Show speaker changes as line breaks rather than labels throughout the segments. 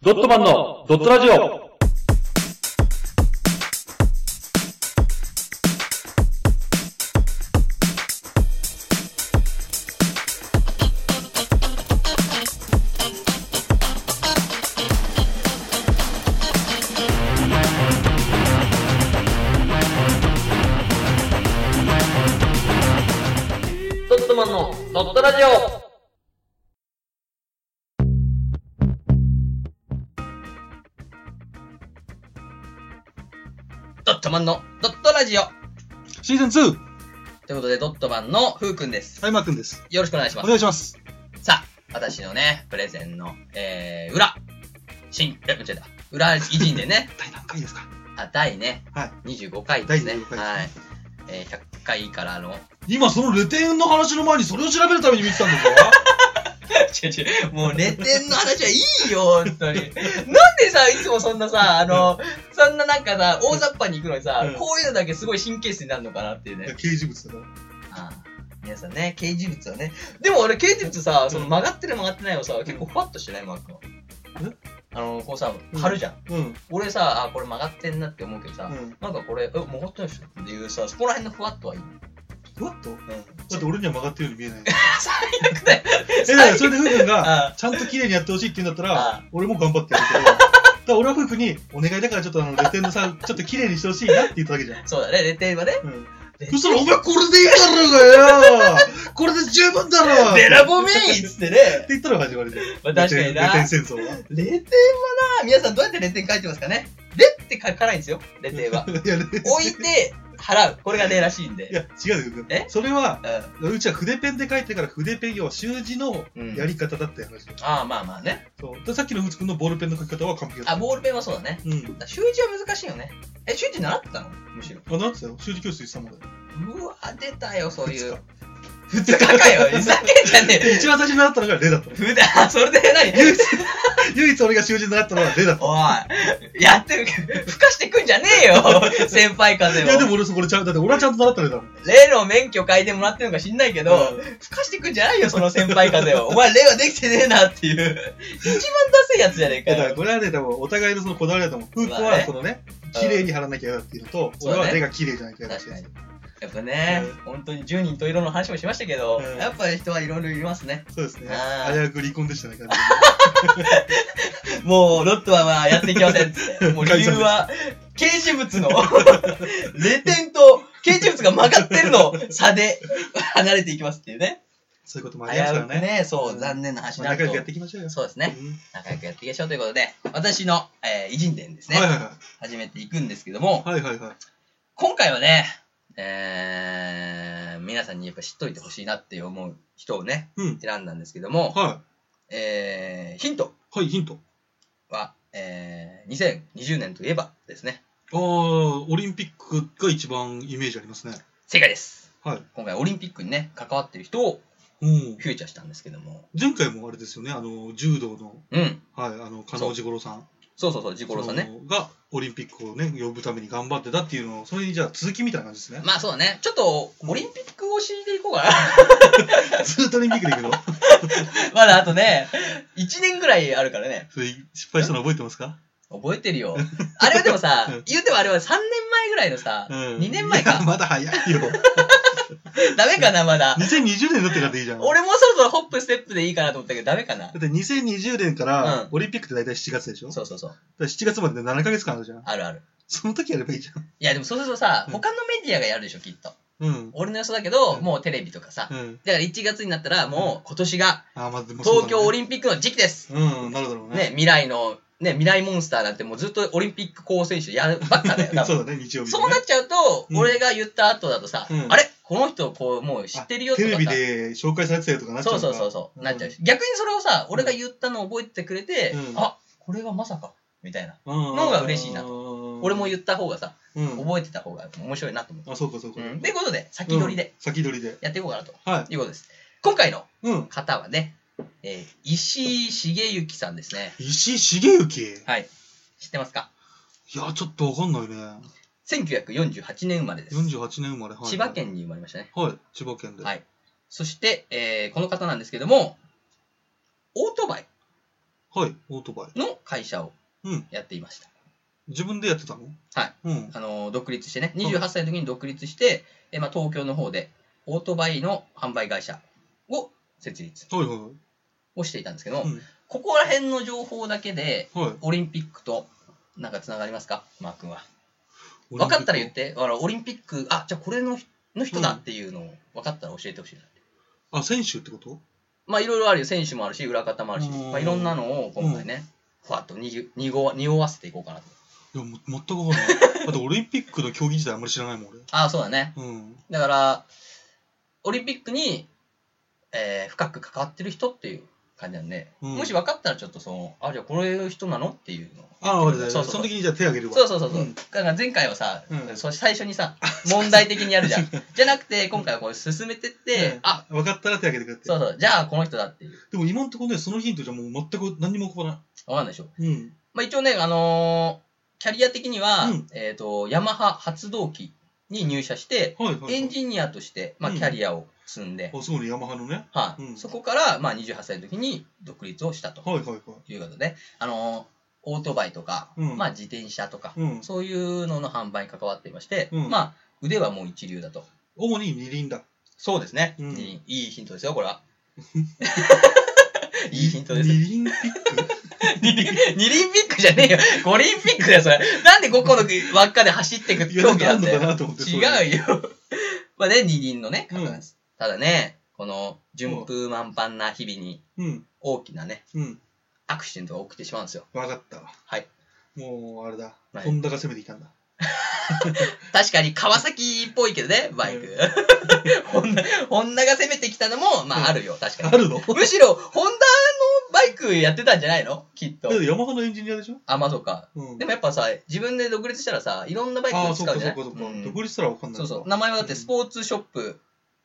ドットマンのドットラジオ
ドットマンのドットラジオドットマンのドットラジオ
シーズン 2!
ということで、ドットマンのふうくんです。
はい、まーくんです。
よろしくお願いしま
お
す。
願いします。、
さあ、私のね、プレゼンの、えー、裏、新、え、間違えた。裏偉人でね
第何回ですか
あ、第ね、
はい
25回ですね。
第25回
はい
で。
えー、100回からの、
今そのレテンの話の前にそれを調べるために見てたん ですよ。
違う違う、もうレテンの話はいいよ、本当に。なんでさ、いつもそんなさ、あの、そんななんかさ、大雑把に行くのにさ
う、ん
こういうのだけすごい神経質になるのかなっていうね。
掲示物だな。
ああ皆さんね、刑事物はね。でも俺、刑事物さ、その曲がってる曲がってないのさ、結構ふわっとしてない、マークは
え。
あの、こうさ、
うん
貼るじゃん。
うん。
俺さ、あ、これ曲がってんなって思うけどさ、
うん。
なんかこれ、え、曲がってないでしょっていうさ、そこら辺のふわっとはいい。
ふわっと
うん。
だって俺には曲がってるように見え ない。
最悪だよ。
え、だからそれでふうくんが、
あ
ちゃんと綺麗にやってほしいって言うんだった
ああ
ら、俺も頑張ってやるけど、だから俺はふうくんに、お願いだからちょっとあの、レテンのさ、ちょっと綺麗にしてほしいなって言っただけじゃん。
そうだね、レテンはね。
うん。
レテ
そ
ン
したら、お前これでいいだろうがよこれで十分だろう
ベラボメ
って
インっつってね。
言ったら始まりで。
まあ確かにな
レテン戦争は。
レテンはな、皆さんどうやってレテン書いてますかねレって書かないんですよ、レテン は。
いや、レテン
置いて、払う。これが例らしいん
い
で。
や、違うよ。
え
それは、
うん。あ
うちは筆ペンで書いてから筆ペン要は習字のやり方だったよ話、
あ、まあまあね。
そうでさっきの藤君のボールペンの書き方は完璧だ
あ、
った
ボールペンはそうだね。
うん
習字は難しいよね。え、習字習ってたのむしろ。
あなんつったよ習字教室行ってたもんだよ
うわ、出たよ、そういう
二日。
二日かよ、ふざけんじゃねえ
一番最初に習ったのがレだったの
ふだ、それで 何
唯一唯一俺が習字習ったのはレだった
おい、やってる、ふかしてくんじゃねえよ、先輩風を。
いやでも俺そこでちゃんだって俺はちゃんと習ったレだもん
例の免許書いてもらってるのか知んないけど、
うん
ふかしてくんじゃないよ、その先輩風を。お前、令和できてねえなっていう。一番ダセいやつじゃね
い
え
や
か
だか
よ
ら。これはね多分お互いのそのこだわりだと思う風君
まあね
はそのね綺麗に貼らなきゃ嫌だっていうのと
そう
俺
だね
はレが綺麗じゃなきゃ嫌だっていう
確かにやっぱね、
うん
本当に10人といろの話もしましたけど、
うん
やっぱり人はいろいろいますね。
そうですね
あー
危うく離婚でしたね感じ
もう、ロットはまあやっていきませんっ つって。もう理由は、掲示物の、レテンと掲示物が曲がってるの差で離れていきますっていうね。
そういうこともあります
危
か
う
ら
く
ね
ね、そうう、
ん
残念な話に
ま
な
あ仲
る
良く
と
やっ。ていきましょうよ
そうですね。
うん
仲良くやっていきましょうということで、私の、えー偉人伝ですね。
はいは
始めていくんですけども、
いはいはいはいはい
今回はね、えー、皆さんにやっぱ知っといてほしいなって思う人をね、
うん
選んだんですけども、
は
えー、ヒント
いはいヒント
は、えー、2020年といえばですね、
ああ、オリンピックが一番イメージありますね。
正解です。
はい。
今回オリンピックにね、関わってる人を
うん。
フューチャーしたんですけども、
前回もあれですよね、あの、柔道の、
うん、
はい、あの、加納治五郎さん。
そうそうそう、ジコロさんね。
その。が、オリンピックをね、呼ぶために頑張ってたっていうのを、それにじゃあ続きみたいな感じですね。
まあそうだね、ちょっとオリンピックを知りていこうかな。
ずっとオリンピックでいくの
まだあとね、1年ぐらいあるからね。
それ失敗したの覚えてますか
覚えてるよ。あれはでもさ
うん、
言うてもあれは3年前ぐらいのさ、
うん。
2年前
いや
か。
まだ 早いよ。
ダメかな、まだ。
2020年だってからでいいじゃん。だ
俺もそろそろホップステップでいいかなと思ったけど、ダメかな。
って2020年か
うん
ら、オリンピックって大体7月でしょ、だか
そうそうそう。
ら ?7 月までで7ヶ月間あるじゃん。
あるある。
その時やればいいじゃん。
いや、でもそうするとさ、
うん
他のメディアがやるでしょ、きっと。
うん。
俺の予想だけど、
うん
もうテレビとかさ。
うん。
だから1月になったら、もう今年が
あーまあ、でもそう
東
だね
京オリンピックの時期です。
うん、なるだろう
ね、未来の、ね、未来モンスターなんてもうずっとオリンピック候補選手やるばっかだよ、多分。
そうだね、日曜日、ね。
そうなっちゃうと、
うん
俺が言った後だとさ、
うん
あれこの人、こう、もう知ってるよと
テ
か
レ
さ。
ビで紹介されてたりとかなっちゃう
そう
の
そ
か
うそうそう、
うん
なっちゃうし逆にそれをさ俺が言ったのを覚えてくれて、
うん
あこれがまさかみたいな、
うん
のが嬉しいな
と
俺も言
っ
った方がさ
うん、
覚えてた方が面白いなと思って、
あ、そうかそうか。
うんってことで先取り
うん
で。
先取りで。
やっていこうかなと
は
いうことです、今回の
い。うん。
方はね、えー石井茂之さんですね
石井茂之い
はい知ってますか
や、ちょっとわかんないね。
1948年生まれです
48年生まれ。はい、
千葉。県に生まれましたね
はい、千葉県で。
はいそして、えーこの方なんですけどもオートバイ
はい、オートバイ。
の会社を
うん
やっていました。
自分でやってたの
はい。
うん。
あの独立してね、
ん
28歳の時に独立して、えまあ、東京の方でオートバイの販売会社を設立
はいは
をしていたんですけど、
い。うん
ここら辺の情報だけで、
はい。
オリンピックとなんかつながりますか、マー君は。分かったら言っ。て、あのオリンピック、あじゃあこれのの人だっていうのを分かったら教えてほしいなって。
あ、選手ってこと
まあいろいろあるよ、選手もあるし、裏方もあるし、
うん
まあ、いろんなのを今回ね、ふわっとにぎにご匂わせていこうかなと。
いや、も全く わかんない。だってオリンピックの競技自体あんまり知らないもん、俺。
ああ、そうだね。
うん。
だから、オリンピックに、えー深く関わってる人っていう感じなんで、
うん
もし分かったらちょっとその、あ、じゃあこれいう人なのっていうのを。
あ、わかった。
そ
そう
そうそう
の時にじゃあ手挙げるわ。
そうそうそうそう、
ん
だから前回はさ、
うん
そ最初にさ問題的にやるじ ゃんじゃなくて今回はこう進めてって、
うん
あ
分かったら手挙げてくれって。
そうそうじゃあこの人だっていう
でも今んとこね、そのヒントじゃもう全く何にも浮かばな
わかんないでしょ、
い。うん。
まあ、一応ねあのーキャリア的には、
うん
えっ、とヤマハ発動機に入社して
はいはいはい。
エンジニアとして、まあ、
うん
キャリアを積んで、
あ、そうね、ヤマハのね。
はい
うん
そこから、まあ、28歳の時に独立をしたと
はいはいはい。
いうことで、あのーオートバイとか、
うん
まあ、自転車とか、
うん。
そういうのの販売に関わっていまして、
うん
まあ、腕はもう一流だと。
主に二輪だ。
そうですね、
うん
いいいいヒントですよ、これ は。いいヒントです。
二
二
輪ピック
輪ピックじゃねえよ。五輪ピックだよ、それ。なんで5個の輪っかで走っていく
いや、な
競
ん
技
か
な
あ
んん
の
だ
か
よ。
なと思って。そういうの
違うよ。まあね、二輪のね、
うん
方なんです。ただね、この順風満帆な日々に
うん。
大きなね、
うん。
アクシデントが起きてしまうんですよ。
分かったわ。
はい。
もう、あれだ。
はい
ホンダが攻めてきたんだ。
確かに川崎っぽいけどね、バイク。 ホンダ、ホンダが攻めてきたのも、まああるよ、確か
あ
に。
るの
むしろ、ホンダのバイクやってたんじゃないのきっと
だ。ってヤマハのエンジニアでしょ
あ、まあそうか。
うん。
でもやっぱさ、自分で独立したらさ、いろんなバイク
あ
を
あ、そ
使
っか
うじ
そ
ゃ
っ
ない
かそっか
う。ん
独立したら分かんない
そ
の
う
か
そう。名前はだってスポーツショップ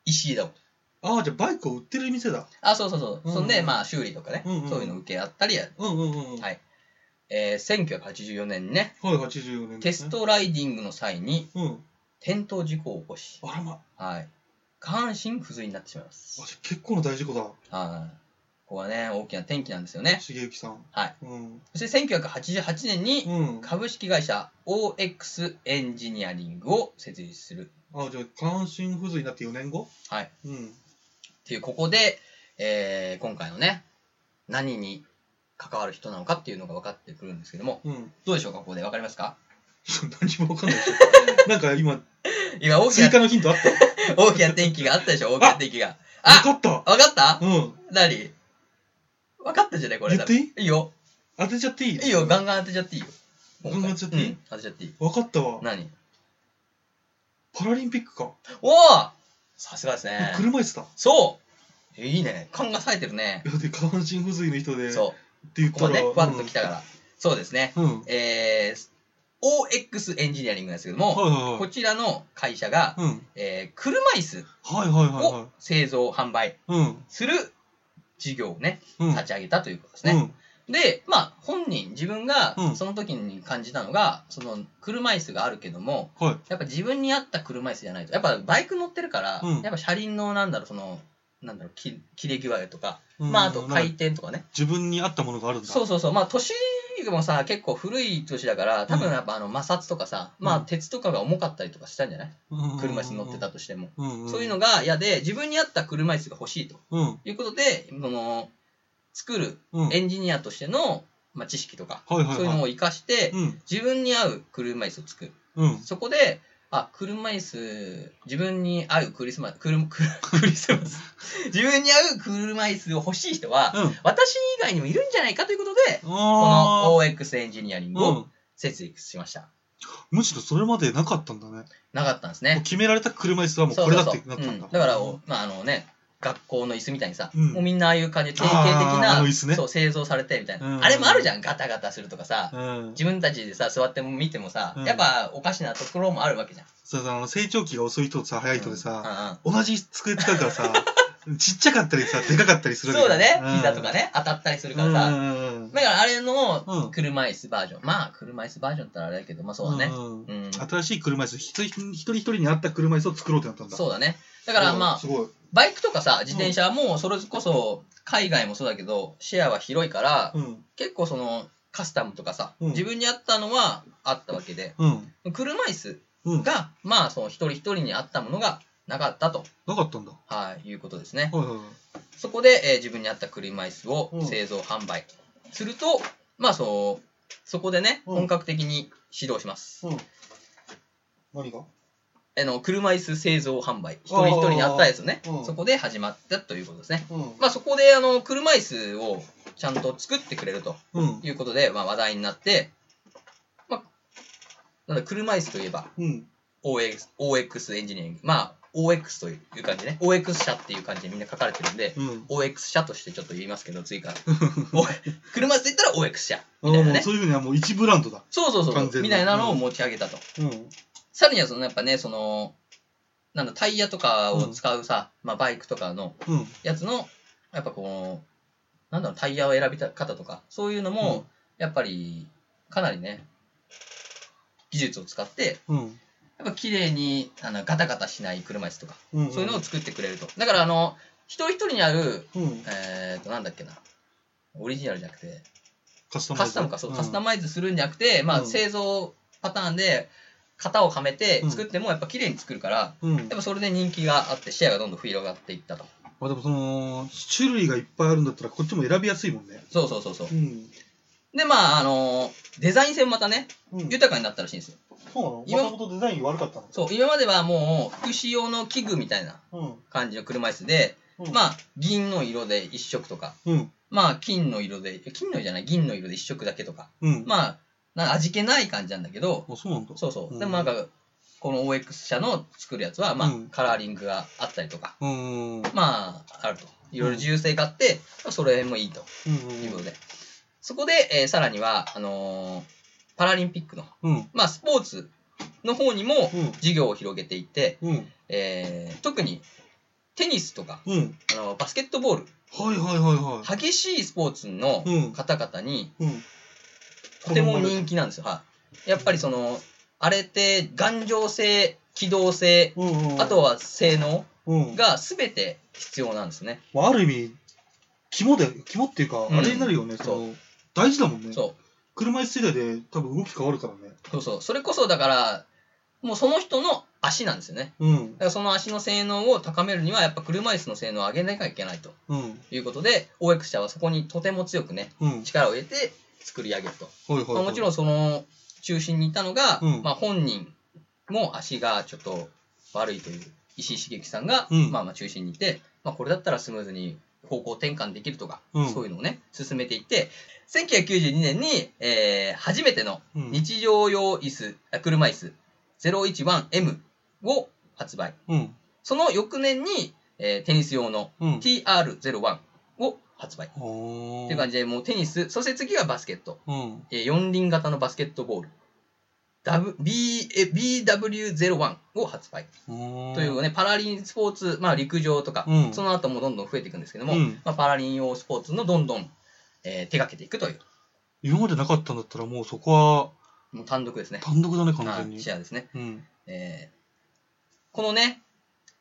石井だもん。
ああ、じゃあバイクを売ってる店だ。
あ、そうそうそう。
うん
そんで、まあ修理とかね、
うんうん
そういうの受け合ったりやる。
うんうんうん。
はいえー、1984年にね、
はい、84年
テ
です
ス
ね。
トライディングの際に
うん。
転倒事故を起こし、
あらま。あ、
はい。下半身不随になってしまいます。
結構な大事故だ。
はい。ここはね、大きな転機なんですよね。
茂之さん。
はい。
うん。
そして1988年に、
うん。
株式会社 OX エンジニアリングを設立する。
あ、じゃあ、関心不随になって4年後
はい。
うん。
っていう、ここで、えー今回のね、何に関わる人なのかっていうのが分かってくるんですけども、
うん。
どうでしょうか、ここで分かりますか
何も分か んないでしょ。なんか今、
今大き
追
な、
加のヒントあった
大きな天気があったでしょ、大きな天気が。あ
分かっ
分かった
たうん。
何分かったじゃないこれ。
言っていい
いいよ。
当てちゃっていい
いいよ、ガンガン当てちゃっていいよ。
ガンガン当てちゃっていい
うん当てちゃっていい。
分かったわ。
何
パラリンピックか。
おおさすがですね。
車椅子だ。
そういいね。勘が冴えてるね。
だって下半身不随の人で、っ
そ
て言
う。
っ
こ
た
こ
ら。
ね、ふわっと来たから。そうですね。
うん。うん。はい
えー、OX エンジニアリングなんですけども、
はいは
こ
い。
ちらの会社が、
うん。
えー車椅子
はいはいはいは
を製造販売
い。うん。
する事業をね、
うん。
立ち上げたということです
う
ね。
ん。
で、まあ、本人、自分が
うん
その時に感じたのが、その車椅子があるけども、
はい。
やっぱ自分に合った車椅子じゃないと、やっぱバイク乗ってるから、
うん
やっぱ車輪のなんだろう、その、なんだろう、き切れ際とか、まあ、あと
うん
回転とかね。
自分に合ったものがあるんだ。
そうそうそう、まあ、年もさ、結構古い年だから、多分やっぱあの摩擦とかさ、
うん
まあ、鉄とかが重かったりとかしたんじゃない車
車
椅子に乗ってた。としても。
うんうん、
そういうのが嫌で、自分に合った車椅子が欲しいと
うん、
いうことで、その、作る
うん、
エンジニアとしての、まあ、知識とか、
はいはいはい、
そういうの
を、
を活かして、
うん
自分に合う車椅子を作る。
うん、
そこで、あ、車椅子、自分に合うクリスマス、クルクル クリスマス、自分に合う車椅子を欲しい人は、
うん、
私以外にもいるんじゃないかということで、こ
あ
の OX エンジニアリン
ー
グ
う
を
ん、
設立しました。
むしろそれまでなかったんだね。
なかったんです
もう
ね。
決められた車椅子はもう
そ
こ
う
れ
そ
だ
う
っ
そう
てなったんだ。
うんだから、
うん
まあ、あのね、学校の椅子みたいにさ、
うん
もうみんなああいう感じで典型的
あー
な
あの椅子ね
そう製造されてみたいな、
うん
あれもあるじゃん、ガタガタするとかさ、
うん、
自分たちでさ、座っても見てもさ、
うん
やっぱおかしなところもあるわけじゃん。
そうそうあの成長期が遅い人とさ、早い人で
うん
さ、
うんうん
同じ机使うか らさ、ちっちゃかったりさ、でかかったりするわ
そうだ
け
ね、
ん
膝とかね、当たったりする
う
からさ、
ん。
だからあれ
う
の
ん
車椅子バージョン、まあ車椅子バージョンってあれだけど、まあそうだね。
ん
うん
新しい車椅子、一人一人に合った車椅子を作ろうってなったんだ。
そうだね。だからまあ
すごい。
バイクとかさ、自転車もそれこそ、海外もそうだけど、シェアは広いから、
うん。
結構その、カスタムとかさ、
うん
自分に合ったのはあったわけで、
うん。
車椅子
うん。な
が、まあ、その一人一人に合ったものがなかったと、
かったんだ。は
はい、いうことですね。
いはいはい。
そこで、えー自分に合った車椅子を
うん
製造、販売すると、まあそう、そこでね、
うん
本格的に指導します。
うん。何が
あの、車椅子製造、販売。一人一人に合ったやつをね、
うん
そこで始まったということですね。
うん。
まあそこで、あの、車椅子をちゃんと作ってくれると
うん。
いうことで、まあ話題になって、まあ、なんだ、車椅子といえば、
うん。
OX, OX エンジニアリング。まあ、OX という感じね。OX 社っていう感じでみんな書かれてるんで、
うん。
OX 社としてちょっと言いますけど、追 加。おい車椅子って言ったら OX 社。みたいな
もう
ね。
そういうふうにはもう一ブランドだ。
そうそうそ
完全
う。
に
みたいなのを持ち上げたと。
うん。
さらには、そのやっぱね、その、なんだ、タイヤとかを使うさ、まあバイクとかの
うん。
やつの、やっぱこう、なんだろう、タイヤを選び方とか、そういうのも、
うん
やっぱり、かなりね、技術を使って、
うん。
やっぱ綺麗にあのガタガタしない車椅子とか、
うん。
そういうのを作ってくれると。だから、あの、一人一人にある、
うん。
えっ、と、なんだっけな、オリジナルじゃなくて、
カスタマ
カ
イ
ス
ズ
タムか、そう、カスタ
ム。
マイズするんじゃなくて、ま
う
あ、
ん
製造パターンで、型をはめて作っても、やっぱ綺麗に作るから、
うん
やっ。ぱそれで人気があって、シェアがどんどん広がっていったと。
まあでもその、種類がいっぱいあるんだったらこっちも選びやすいもんね。
そうそうそうそう。
うん。
で、まあ、あのーデザイン性もまたね、
うん。
豊かになったらしいんですよ。
そうな
今
のもともとデザイン悪かったの
そう、今まではもう、福祉用の器具みたいな
うん。
感じの車椅子で、
うん。
ま
あ。
あ、銀の色で一色とか、
うん。
まあ、金の色で、金の色じゃない、銀の色で一色だけとか、
うん。
まあ、なんか味気ない感じなんだけど、
あ、そうなんだ。
そうそう。
うん
でもなんか、この OX 社の作るやつは、まあ、
うん
カラーリングがあったりとか、
うん。うん。
まあ、あると。いろいろ自由性があって、まあそれもいいということで。そこで、えーさらには、あのーパラリンピックの、
うん。
まあ、スポーツの方にも
うん。
事業を広げていって、
うん。
えー特にテニスとか、
うん。
あのバスケットボール、
はいはいはいは
激しいスポーツの
うん
方々に、
い。うん。
とても人気なんですよ。はい。やっぱりその、あれって、頑丈性、機動性、
うんうん。
あとは性能
うん。
が全て必要なんですね。
まあ、ある意味、肝で、肝っていうか、
ん
あれになるよね、その大事だもんね。
そ
車椅子世代で多分動き変わるからね。
う。そうそう。それこそだから、もうその人の足なんですよね。
うん
だ。からその足の性能を高めるには、やっぱ車椅子の性能を上げなきゃいけないと
うん。
いうことで、OX 社はそこにとても強くね、
うん。
力を入れて作り上げると。
はいはい、
ま
は
あ、
い。
もちろんその中心にいたのが、
うん
まあ本人も足がちょっと悪いという石井茂樹さんが、
うん
まあまあ中心にいて、まあこれだったらスムーズに方向転換できるとか、
うん
そういうのをね、進めていって、1992年に、えー初めての
うん。
日常用椅子、あ車椅子 011M を発売。
うん。
その翌年に、えーテニス用の
うん。
TR01 を発売。
っ
っていう感じで、もうテニス、そして次はバスケット。
うん。
えー四輪型のバスケットボール、W B え BW01 を発売というね、パラリンスポーツ、まあ、陸上とか、
うん
その後もどんどん増えていくんですけども、
うん
まあ、パラリン用スポーツのどんどん、えー手掛けていくという
今までなかったんだったらもうそこは
もう単独ですね、
単独だね、完全
はい
に
シ。ェアですね、
うん。
えーこのね、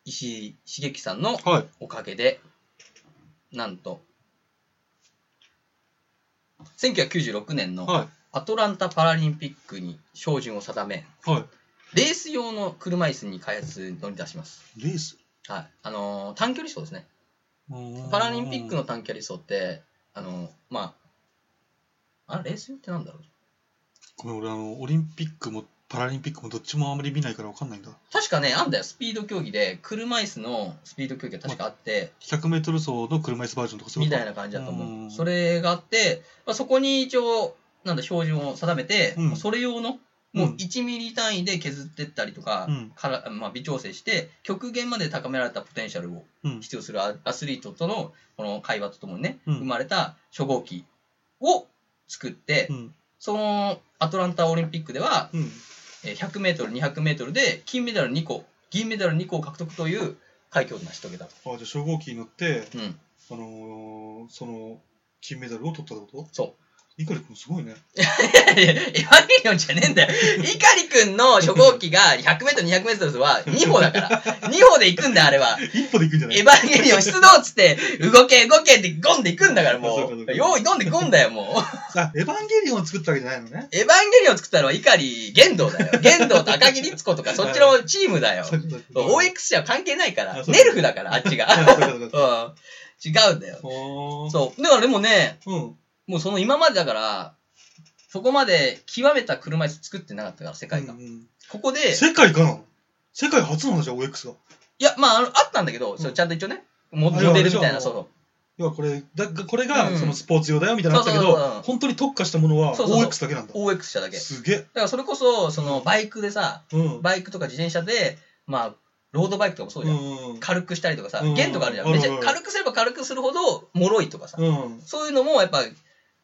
石井茂樹さんの
はい。
おかげで、なんと、1996年の
は
アトランタパラリンピックに照準を定め、
い。は
レース用の車椅子に開発に乗り出します。
い。レース
はい。あのー短距離走ですね。
うん
パラリンピックの短距離走って、あのーまあ、あれ、レース用ってなんだろう
ごめん、俺あの、オリンピックもパラリンピックもどっちもあまり見ないからわかんないんだ。
確かね、あんだよ、スピード競技で、車椅子のスピード競技が確かあって、
100メートル走の車椅子バージョンとかそう
みたい
な。
な感じだと思
うん
う。それがあって、まあ、そこに一応、なんだ、標準を定めて、
うん
それ用の、もううん1ミリ単位で削ってったりとか、
うん
からまあ、微調整して、極限まで高められたポテンシャルを
うん。
必要するアアスリートとのこの会話とともにね、
うん
生まれた初号機を作って、
うん。
そのアトランタオリンピックでは
うん。
えー 100m、200m で金メダル2個、銀メダル2個を獲得という快挙を成し遂げたと。
あじゃあ初号機に乗って、
うん、
あのー、その金メダルを取ったってこと
そう。
イカリ君すごいね。
いやいやエヴァゲリオンじゃねえんだよ。イカリくんの初号機が100メートル、200メートルは2歩だから。2歩で行くんだよ、あれは。
一歩で行くんじゃない
エヴァゲリオン出動っつって、動け動けってゴンで行くんだから
そう
も
かそうか
う。用意どんでゴンだよ、もう。
あ、エヴァンゲリオンを作ったわけじゃないのね。
エヴァンゲリオン作ったのは碇玄道だよ。玄道と赤木律子とかそっちのチームだよ。
そういうこと
OX じゃ関係ないから
あ。そう
ネルフだから、あっちが。
あそうかそうか
うん。違うんだよ。
ほ ー
そう。だからでもね、
うん。
もうその今までだから、そこまで極めた車椅子作ってなかったから、世界が。
うんうん
ここで、
世界かな世界初なんだじゃん、OX が。
いや、まあ、あのあったんだけど、それちゃんと一応ね、モモデルみたいな、
あ
そ
要はこれ、だこれが、
うん
そのスポーツ用だよみたいになったけ
そう
ど
そうそうそう、
本当に特化したものは
そうそうそう
OX だけなんだ
の、。OX 車だけ。だ
すげえ。
からそれこそ、その、バイクでさ、
うん。
バイクとか自転車で、まあ、ロードバイクとかもそうじゃん。
うん
軽くしたりとかさ
うん、
弦とかあるじゃん。
あ
め
るあ
っちゃ
る
軽くすれば軽くするほど、脆いとかさ。
うん。
そういうのも、やっぱ、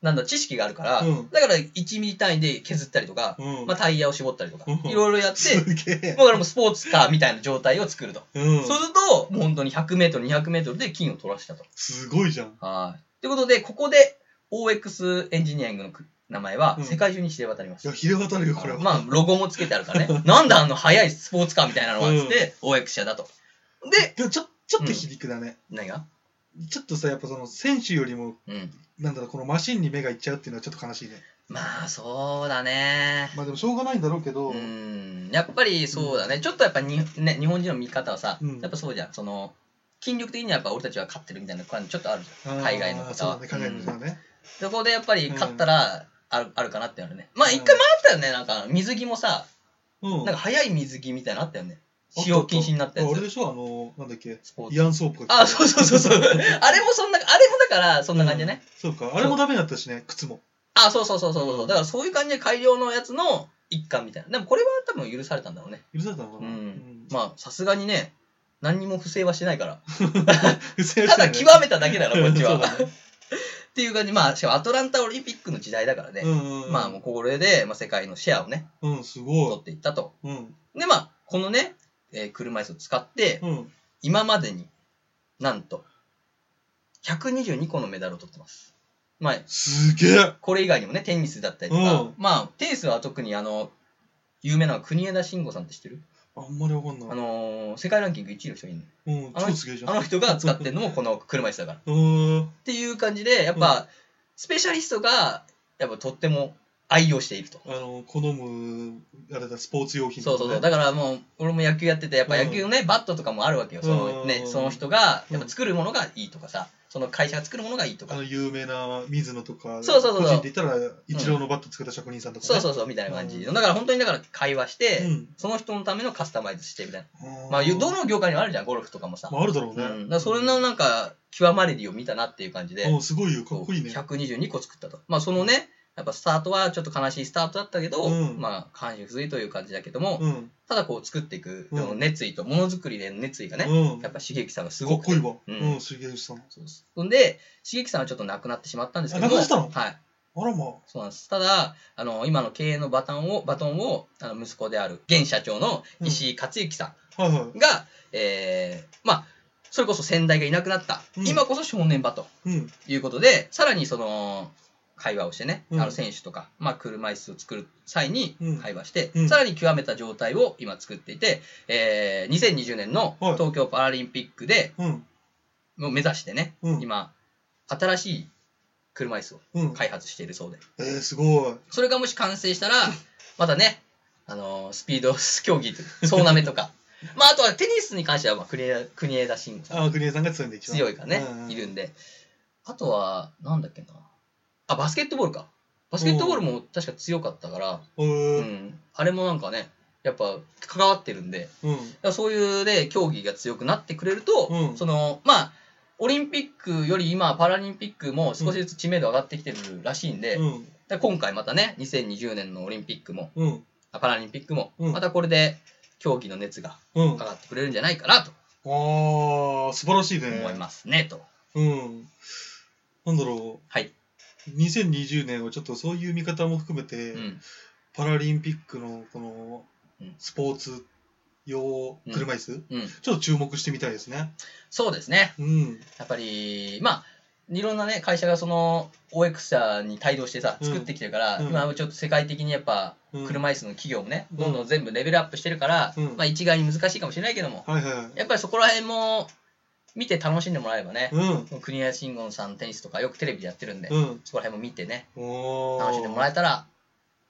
なんだ、知識があるから、
うん
だから1ミリ単位で削ったりとか、
うん。
まあ、タイヤを絞ったりとか
う、ん
いろいろやって、
すげ
も
え。
うだからもうスポーツカーみたいな状態を作ると。
うん。
そうすると、もう本当に100メートル、200メートルで金を取らせたと。
すごいじゃん。
はい。ということで、ここで OX エンジニアリングの名前は
うん
世界中に知れ渡りまし
い
た。
や、ひれ渡るよ、これは。
まあ、ロゴもつけてあるからね。 なんだあの速いスポーツカーみたいなのはっつって、OX 社だと。で、
でもちょ、ちょっと皮肉だね。
何が
ちょっとさ、やっぱその、選手よりも、
うん。
なんだろう、このマシンに目がいっちゃうっていうのはちょっと悲しいね。
まあ、そうだね。
まあでも、しょうがないんだろうけど、
う
うん。
ん。やっぱりそうだね。ちょっとやっぱに、ね、日本人の見方はさ、
うん
やっぱそうじゃん。その、筋力的にはやっぱ俺たちは勝ってるみたいな感じちょっとあるじゃん。海外の方
そう
は
だ。ね、海外の方はね。
そこでやっぱり勝ったら、あるあるかなってあるね。まあ一回前あったよね、なんか水着もさ、
うん。
なんか早い水着みたいなのあったよね。
あ
使用禁止になったや
ああれで
つ。
しょ、あの、なんだっけ、
スポー
イ
ツ。
アン・ソープが
あ、そうそうそう そう。あれもそんな、あれもだからそんな感じね。
そうか、あれもダメだったしね、靴も。
あ、そうそうそうそうそう。だからそういう感じで改良のやつの一環みたいな。でもこれは多分許されたんだろうね。
許されたのかな
うん
ん
まあさすがにね、何にも不正はしてないから。
不正
ただ
したよね
極めただけだろ、 こっちは。
そうだ
っ
ね
ていう感じ。まあしかもアトランタオリンピックの時代だからね。
うんう ん
まあもうこれで、まあ、世界のシェアをね、
うん。うん、す
取
ご
っていったと。
い。うん。
で、まあ、このね、えー車椅子を使って、
うん。
今までになんと、122個のメダルを取ってます。まあ、
すげえ
これ以外にもね、テニスだったりとか、
うん
まあ、テニスは特にあの、有名なのは国枝慎吾さんって知ってる、
あんまりわかん
あ
ない。
のー世界ランキング1位の人がいる
うん、
あの
超すげえじゃ
の。あ
ん。
の人が使ってるのもこの車椅子だから。っ
うーん。
ていう感じで、やっぱ、スペシャリストが、やっぱとっても愛用していると。
あの、好む、あれだ、スポーツ用品
そうそうそう。だからもう、俺も野球やってて、やっぱ野球のね、バットとかもあるわけよ。その
う
ね、
ん
その人が、やっぱ作るものがいいとかさ、その会社が作るものがいいと
あ
か
の、、有名な水野とか、
そうそうそう
個人で言ったら、一郎のバット作った職人さんとか、ね
そうそううそう、みたいな感じ。
う
だから本当にだから会話して
うん、
その人のためのカスタマイズしてみたい
そ
な。まあ、どの業界にもあるじゃん、ゴルフとかもさ。
まあ、あるだろう
う
ね。
ん。だからそれのなんか、極まれるよ、見たなっていう感じで
う、ん、すごいよ、か
そう
っこいいね。
122個作ったと。まあ、そのね、やっぱスタートはちょっと悲しいスタートだったけど、
うん
まあ、感謝不随という感じだけども、
うん。
ただこう作っていく、
うん
その熱意と、ものづくりでの熱意がね、
うん。
やっぱ茂木さんがす
か
ご
っ
く
こいいわ。
う
うんん、すげえさん。
そうです。ほんで、茂木さんはちょっと亡くなってしまったんですけども。
あ亡くなったの
はい。
あらまあ。
そうなんです。ただ、あの、今の経営のバトンを、バトンを、あの、息子である、現社長の石井克行さ
はいは
んが、えーまあ、それこそ先代がいなくなった、
うん
今こそ正念場と
い。うん。
いうことで、さらにその、会話をしてね、
うん
あの選手とか、まあ、車椅子を作る際に
うん
会話して、
うん
さらに極めた状態を今作っていて、えー2020年の
はい
東京パラリンピックで、
うん。
もう目指してね、
うん
今、新しい車椅子を
うん。
開発しているそうで、
えー、すごい。
それがもし完成したら、 またね、あのースピード 競技と、総なめとか、 まあ、あとはテニスに関しては、まあ、国枝国枝慎吾さん
あ、国枝さんが強いんで一番。
強いからね、
うん
いるんで、あとは、なんだっけな、あ、バスケットボールか。バスケットボールも確か強かったから、
う
うん、
ーん。
あれもなんかね、やっぱ関わってるんで、
うん。
だからそういうね、競技が強くなってくれると、
うん
その、まあ、オリンピックより今、パラリンピックも少しずつ知名度上がってきてるらしいんで、
うん。
だから今回またね、2020年のオリンピックも、
うん。
あパラリンピックも、
うん
またこれで競技の熱が
うん
上。がってくれるんじゃないかなと
ああ、素晴らしいね。
思いますね、と。
うん。なんだろう。
はい。
2020年はちょっとそういう見方も含めて、
うん。
パラリンピックのこの
うん
スポーツ用車椅子、
うん。
ちょっと注目してみたいですね。
そうですね。
うん。
やっぱり、まあ、いろんなね、会社がその OX 社に帯同してさ、
うん
作ってきてるから、
うん
今はちょっと世界的にやっぱ、
うん
車椅子の企業もね、
うん
どんどん全部レベルアップしてるから、
うん
まあ一概に難しいかもしれないけども、
はいはいはい。
やっぱりそこら辺も見て楽しんでもらえればね、
うん。
国枝慎吾さんのテニスとかよくテレビでやってるんで、
うん。
そこら辺も見てね、
おー。
楽しんでもらえたら、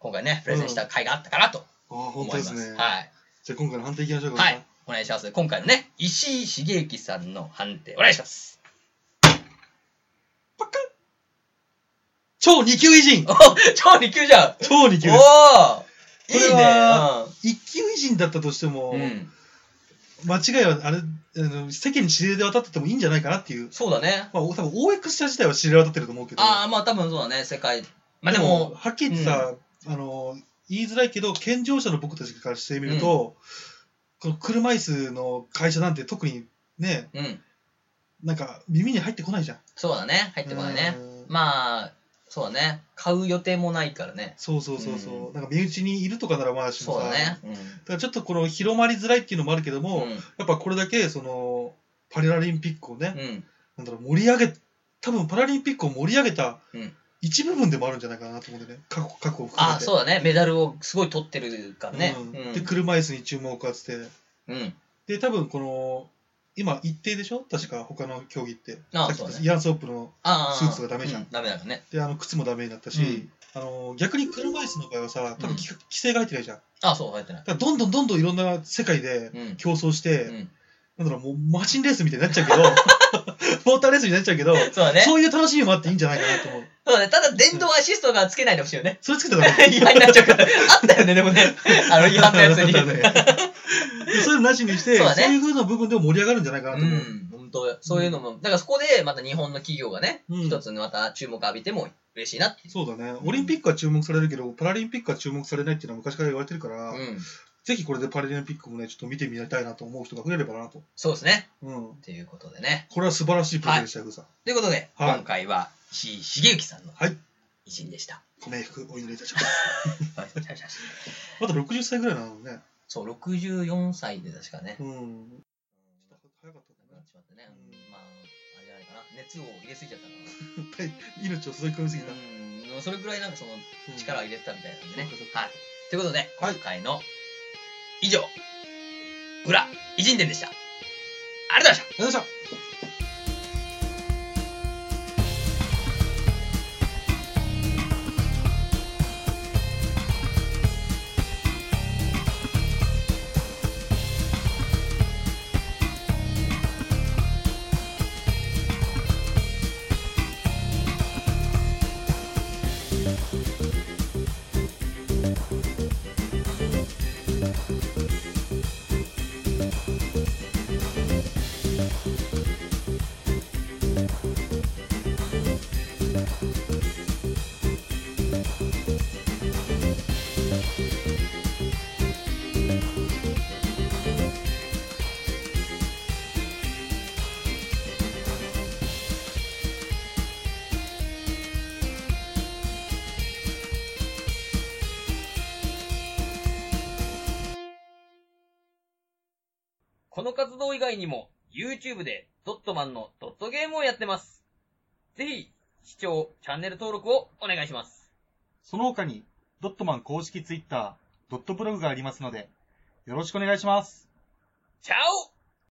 今回ね、プレゼンした回があったかなと
あー、
思
本
い
当
ま。
ですすね。
はい。
じゃあ今回の判定いきましょうか。
はい。お願いします。今回のね、石井茂之さんの判定、お願いします。
超二級偉人
お超2級じゃん
超二級です
おーいい
これは
ね
一級偉人だったとしても、
うんうん。
間違いはあれ、あの世間に知れで渡っててもいいんじゃないかなっていう。
そうだね。
まあ、多分 OX 社自体は知れ渡ってると思うけど。
ああ、まあ多分そうだね、世界。まあでも、
はっきり言ってさ、あの、言いづらいけど、健常者の僕たちからしてみると、この車椅子の会社なんて特にね、
うん。
なんか耳に入ってこないじゃん。
そうだね、入ってこないね
う。ん
まあ、そうだね。買う予定もないからね。
そうそうそうそう、なんか身内にいるとかならまあし
そ
も
う
さ
だね。うん
だからちょっとこの広まりづらいっていうのもあるけども、
うん。
やっぱこれだけそのパラリンピックをね、
うん。
なんだろう盛り上げ多分パラリンピックを盛り上げた
うん
一部分でもあるんじゃないかなと思うんでね過去過去を含めて
ああ、そうだね。メダルをすごい取ってるからね。
うん
うん
で車椅子に注目を集って
うん。
で多分この今一定でしょ確か他の競技って
ああ
さっき言
そ
っ
う
た
ね
イアン・ソープの
ああ。
スーツがダメじゃん
うダメだからね。
であの靴もダメになったし、
うん
あの逆に車椅子の場合はさ多
うん
分規規制が入ってないじゃん、
ああ、そう、入ってない
だ。からどんどんどんどんいろんな世界で
うん。
競争して、
うん
なんだろうもうマシンレースみたいになっちゃうけどモーターレースになっちゃうけど
そうだね。そ
そういう楽しみもあっていいんじゃないかなと思う
うだね。ただ、電動アシストがつけないでほしいよね。
それつけたらダメ
違反になっちゃう から。あったよね、でもね。あの違反のやつに。
あったねでそういうのなしにして
そ
そうう,、
だね
いう風な部分でも盛り上がるんじゃないかな
う
と思う、
ん、本当そういうのも、だからそこでまた日本の企業がね、
うん
一つまた注目浴びても嬉しいなっていう。
そうだねオリンピックは注目されるけどパラリンピックは注目されないっていうのは昔から言われてるから、
うん、
ぜひこれでパラリンピックもねちょっと見てみたいなと思う人が増えればなと、
そうですね。
うん、
ということでね。
これは素晴らしいプレーでした、ふうさん
ということで、
はい
今回は石井茂之さんの
はい
偉人でした。
ご冥福お祈りいたしますまだ60歳ぐらいなのね
そう、64歳で確かね。
うん早かった
亡くなっ
ね
ちまってねまあ、あれじゃないかな。熱を入れすぎちゃったのかな
命を注ぎ込みすぎた、
うん、それくらいなんかその
うん
力を入れてたみたいなんでね
そうかそう。か
はい。ということで、
は
今
い
回の以上、裏偉人伝でした。ありがとうございました。
よいしょ
この活動以外にも、YouTube でドットマンのドットゲームをやってます。ぜひ、視聴、チャンネル登録をお願いします。
その他に、ドットマン公式ツイッター、ドットブログがありますので、よろしくお願いします。
チャオ